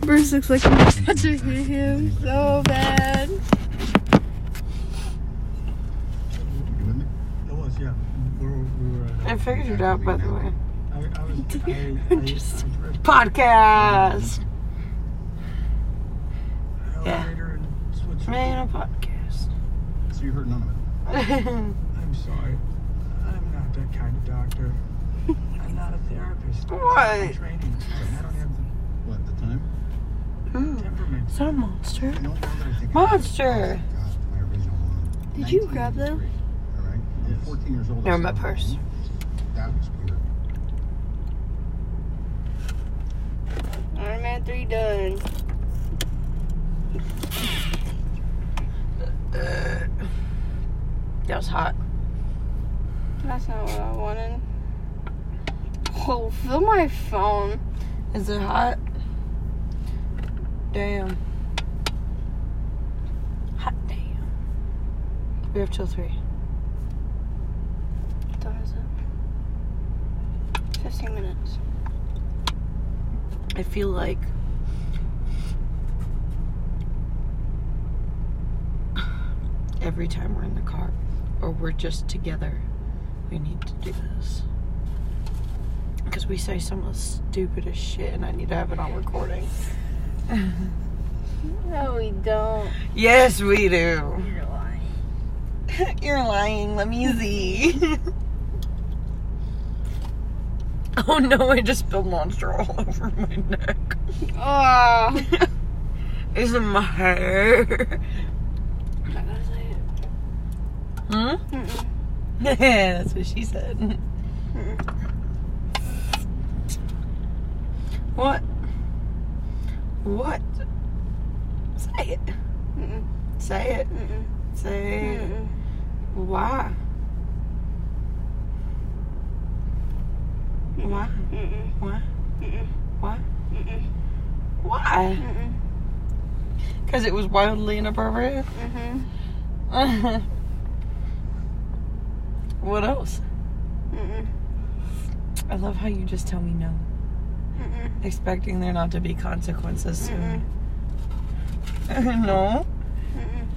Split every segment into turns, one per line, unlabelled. Bruce looks like he's about to hit him so bad.
You with me?
It was, yeah. We were, we were at,
I figured it out, by the way.
I, I was, I, I,
Just-
I, read-
Podcast.
I read
yeah.
her in Switzerland.
Man, a podcast.
So you heard none of it.
I'm sorry. I'm not that kind of doctor. I'm not a therapist. I'm
What?
not Training. I don't have
What the time?
the temperament.
Is that a
I
monster?
don't know that I think. I-
Monster.
God, my original one.
Did you grab them?
1983, All right. I'm
Yes.
14 years old. I
They're in my
still have
purse.
them. That was weird.
Iron Man 3 done.
That was hot.
That's not what I wanted. Oh, fill my phone.
Is it hot? Damn. Hot damn. We have till three.
What time is it? 15 minutes.
I feel like every time we're in the car or we're just together, we need to do this. Because we say some of the stupidest shit and I need to have it on recording.
No, we don't.
Yes, we do.
You're lying.
You're lying. Let me see. oh no, I just spilled monster all over my neck.
Oh.
It's in my hair.
I'm not gonna say it.
Hmm?
Mm-mm.
That's what she said.
Mm-mm.
What? What? Say it.
Mm-mm.
Say it.
Mm-mm.
Say it.
Mm-mm.
Why? Why?
Mm-mm.
Why?
Mm-mm.
Why?
Mm-mm.
Why?
Mm-mm.
Because it was wildly inappropriate.
Mm-hmm.
what else?
Mm-mm.
I love how you just tell me no,
Mm-mm.
expecting there not to be consequences soon.
Mm-mm.
no.
Mm-mm.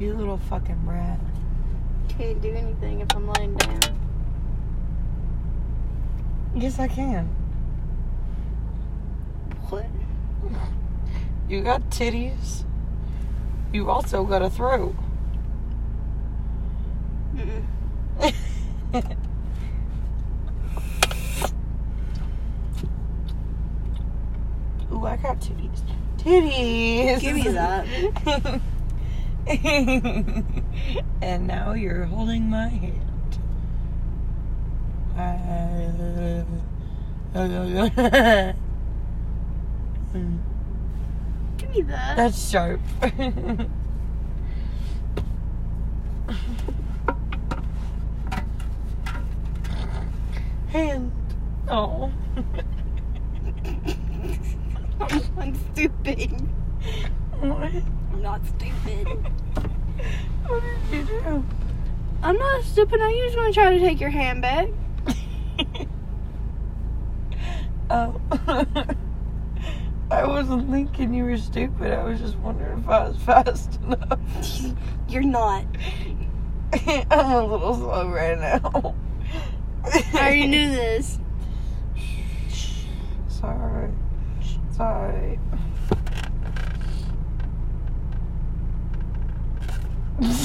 You little fucking brat.
Can't do anything if I'm laying down.
Yes, I can.
What?
You got titties. You also got a throat.
Mm-mm.
Ooh, I got titties. Titties.
Give me that.
and now you're holding my hand. I-
Give me that.
That's sharp. hand. Oh.
I'm stupid.
What?
I'm not stupid.
What did you do?
I'm not stupid. I was gonna try to take your hand back.
Oh. I wasn't thinking you were stupid. I was just wondering if I was fast enough.
You're not.
I'm a little slow right now.
I already knew this.
Sorry. Sorry.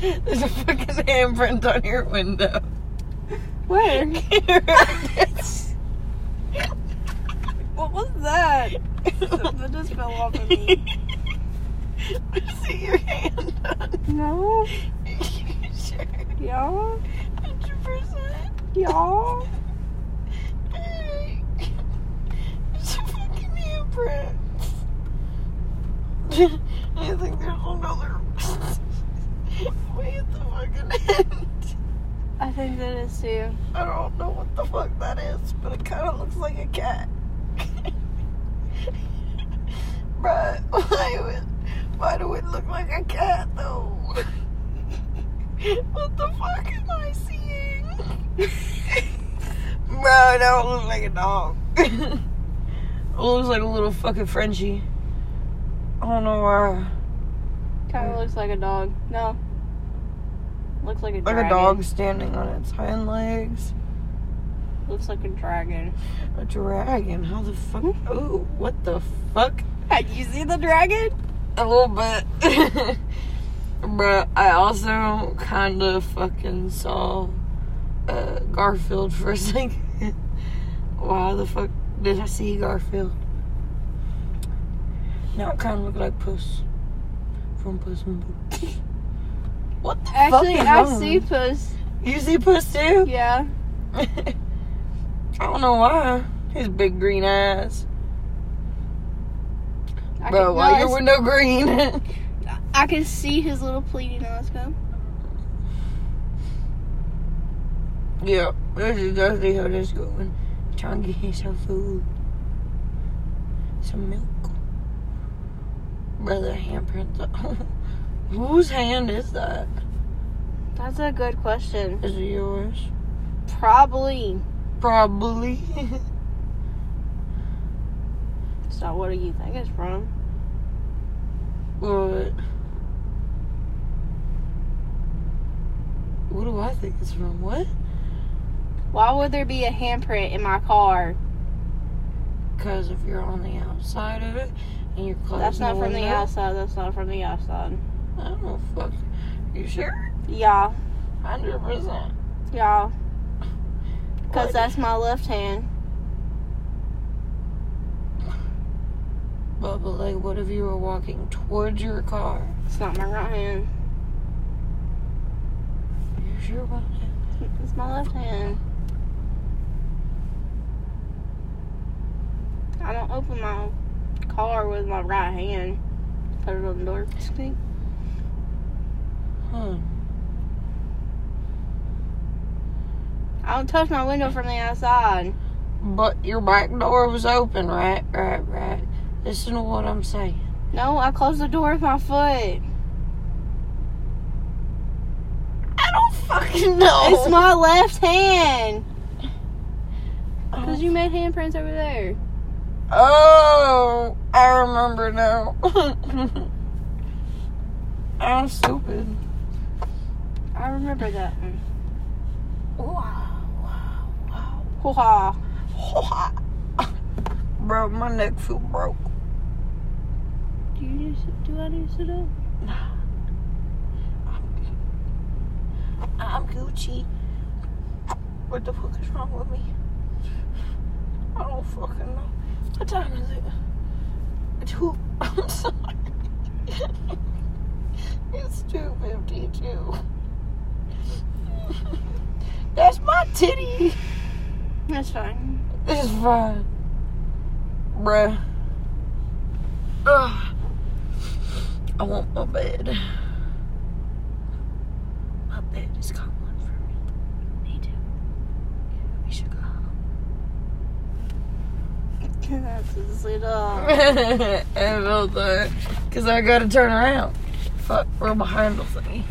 There's a fucking handprint on your window.
Where?
It's-
What was that? Something just fell off of me.
I see your hand on.
No.
You sure?
Y'all.
100%.
Y'all.
It's a fucking handprint. I think there's another way at the fucking end.
I think that is too.
I don't know what the fuck that is, but it kind of looks like a cat. Bruh, why, would, why do it look like a cat though? what the fuck am I seeing? Bro, I don't look like a dog. it looks like a little fucking Frenchie. I don't know why.
Kind of looks like a dog. No. Looks like a
Like
dragon.
a dog standing on its hind legs.
Looks like a dragon.
A dragon. How the fuck? Oh, what the fuck?
Had you see the dragon?
A little bit. but I also kind of fucking saw uh, Garfield for a second. Why the fuck did I see Garfield? Now it kind of looked like Puss from Puss in Boots. what the fuck?
Actually,
is
I
wrong?
see puss.
You see Puss too?
Yeah.
I don't know why. His big green eyes.
I
Bro,
can,
why
no,
your
it's-
window green?
I can see his little pleating eyes go.
Yeah, this is exactly how this going. Trying to get him some food. Some milk. Brother handprint Whose hand is that?
That's a good question.
Is it yours?
Probably.
Probably.
So, what do you think it's from?
but what do I think it's from? What?
Why would there be a handprint in my car?
Because if you're on the outside of it and you're close.
That's not from the
window,
outside. That's not from the outside.
I don't know. Fuck. You sure?
Yeah.
Hundred percent.
Yeah.
What?
Because that's my left hand.
But, but like, what if you were walking towards your car?
It's not my right hand.
You sure about that?
It's my left hand. I don't open my car with my right hand. Put it on the door.
Huh.
I don't touch my window from the outside.
But your back door was open, right? Right, right. Listen to what I'm saying.
No, I close the door with my foot.
I don't fucking know.
It's my left hand. Because
Oh.
you made handprints over there.
oh, I remember now. I'm stupid.
I remember that one.
Wow, wow, wow.
Hoo-ha.
Bro, my neck feel broke.
Do you do, sit- do I do sit up?
I'm Gucci. What the fuck is wrong with me? I don't fucking know. What time is it? It's who? I'm sorry. it's 2.52. That's my titty.
That's fine.
It's fine. Bruh. Ugh. I want my bed. My bed is got one for me. Me too. We should go
That's a sit up.
home. and all that. Cause I gotta turn around. Fuck, we're behind the thingy.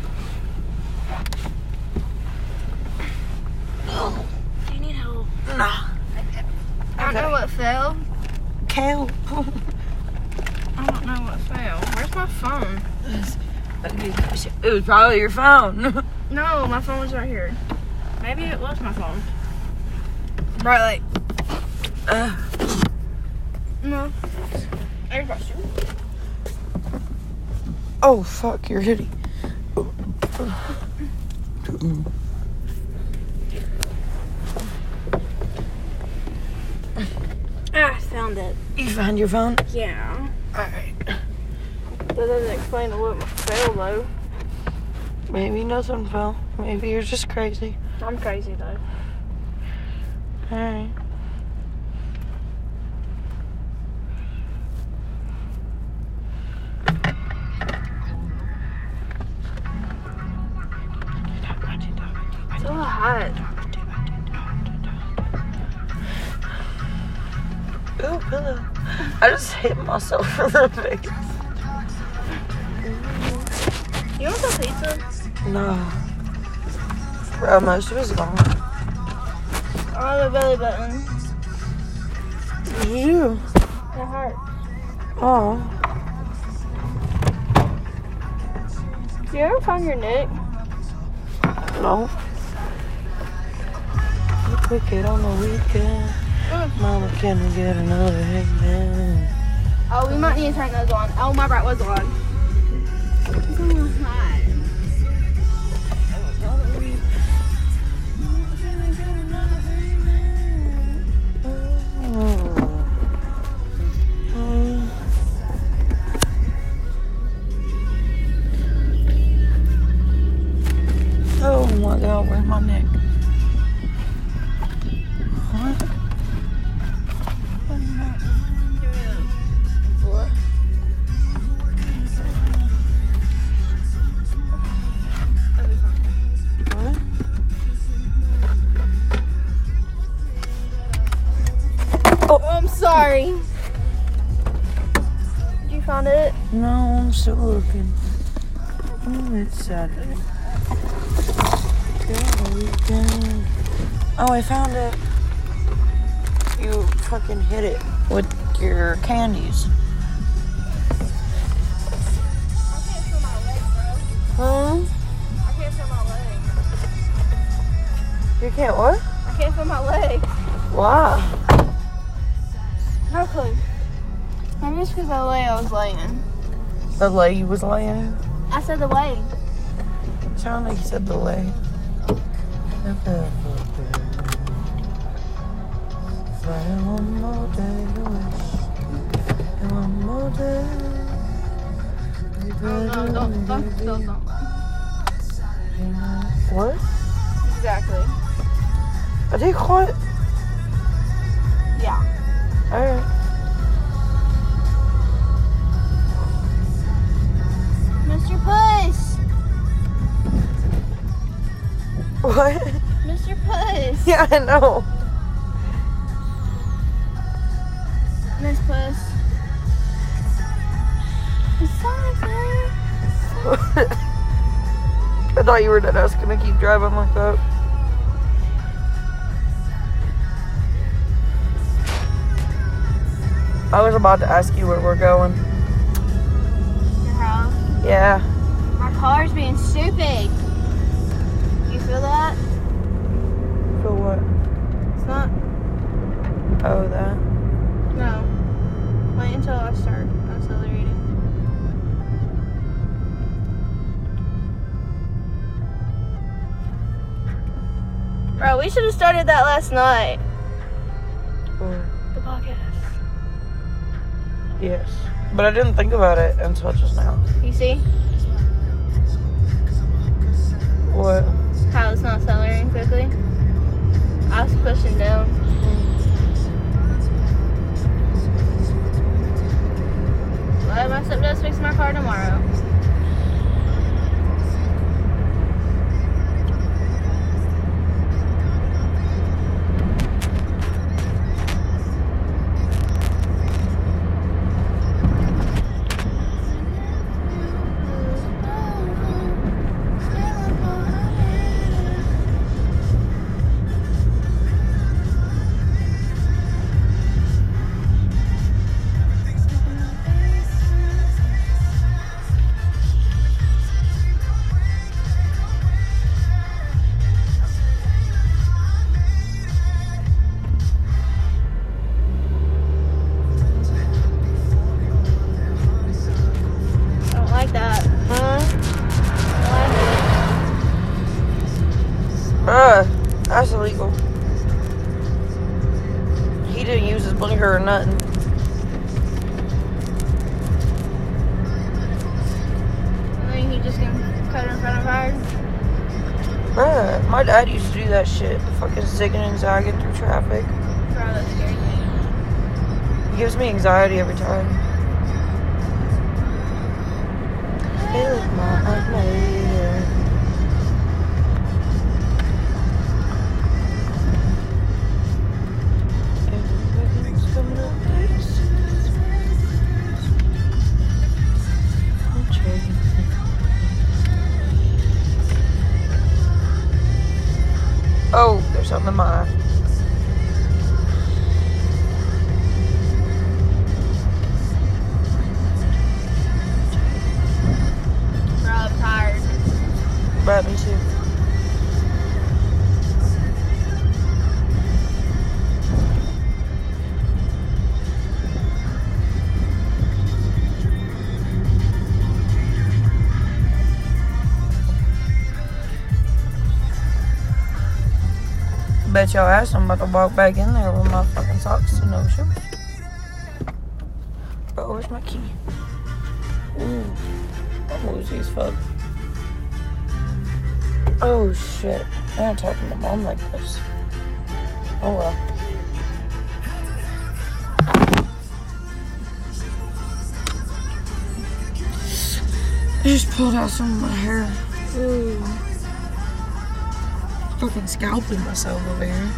Oh,
Do you need help?
nah.
I don't know what fell.
Kale.
I don't know what fell. Where's my phone?
it was probably your phone.
No, my phone was right here. Maybe it was my phone. Right, like,
Uh,
no. Everybody's
oh fuck, you're hitting.
Ah, I found it.
You found your phone?
Yeah.
Alright.
That doesn't explain what fell, though.
Maybe nothing fell. Maybe you're just crazy.
I'm crazy, though.
Alright.
It's all hot.
Ooh, pillow. I just hit myself in the face.
You want some pizza?
No. Bro, most of it's gone.
Oh, the belly button.
You.
It hurt.
Oh.
Do you ever find your neck?
No. We cook it on the weekend.
Mm.
Mama, can we get another Hickman?
Oh, we might need to turn those on. Oh, my bright was on. It's a little hot.
Oh my god, where's my neck? What? What?
Oh, I'm sorry. You found it?
No, I'm still looking. Oh, it's Saturday. Golly dang. Oh, I found it. You fucking hit it with your candies.
I can't feel my leg, bro.
Huh?
I can't feel my leg.
You can't what?
I can't feel my leg.
Wow.
No clue. Maybe it's because the way I was laying.
The lay you was laying.
I said the way.
Sound like you said the lay. One more day to wish, and one more day.
Oh, no, don't, don't, don't, don't.
What?
Exactly.
I did quite.
Yeah.
Alright.
Mr. Puss!
What?
Mr. Puss!
Yeah, I know.
Miss Puss. It's so good.
I thought you were dead. I was gonna keep driving like that. I was about to ask you where we're going.
Your house.
Yeah.
My car's being stupid. You feel that?
For what?
It's not.
Oh, that.
No. Wait until I start accelerating. Bro, we should have started that last night.
Or,
The podcast.
yes. But I didn't think about it until just now.
You see
What?
how it's not accelerating quickly? I was pushing down. Let my stepdad fix my car tomorrow. I don't like that.
Hmm?
I don't like it.
Bruh, Ah, that's illegal. He didn't use his blinker or nothing.
And then he just gonna cut in front of ours.
Bruh, my dad used to do that shit. Fucking zigging and zagging through traffic.
Bro, that scares me.
It gives me anxiety every time. Feel my later. Everything's coming up this. I'm changing. Oh, there's something in my eye. Right, me too. Bet your ass I'm about to walk back in there with my fucking socks and no shoes. Bro, where's my key? Ooh, I'm woozy as fuck. Oh shit. I ain't talking to mom like this. Oh well. I just pulled out some of my hair. Ooh. Fucking scalping myself over here.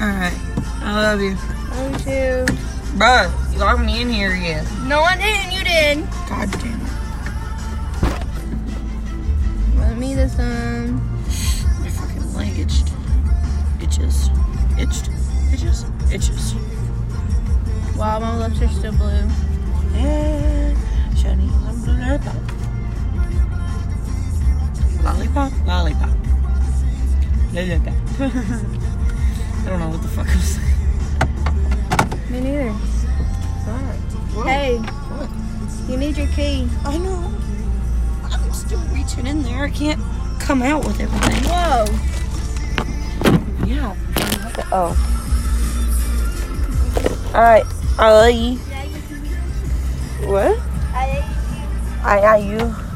Alright. I love you.
Love you too.
Bruh, you locked me in here yet.
No, I didn't. You did.
God damn it.
Let me this um, time.
My fucking leg itched. Itches. Itched. Itches. Itches.
Wow, my lips are still blue.
Yeah. Shiny lollipop. Lollipop. Lollipop. Lollipop. I don't know what the fuck I'm saying.
Me neither.
What?
Hey.
What?
You need your key.
I know. I'm still reaching in there. I can't come out with everything.
Whoa.
Yeah. Oh. Alright. I love you. What? I I you.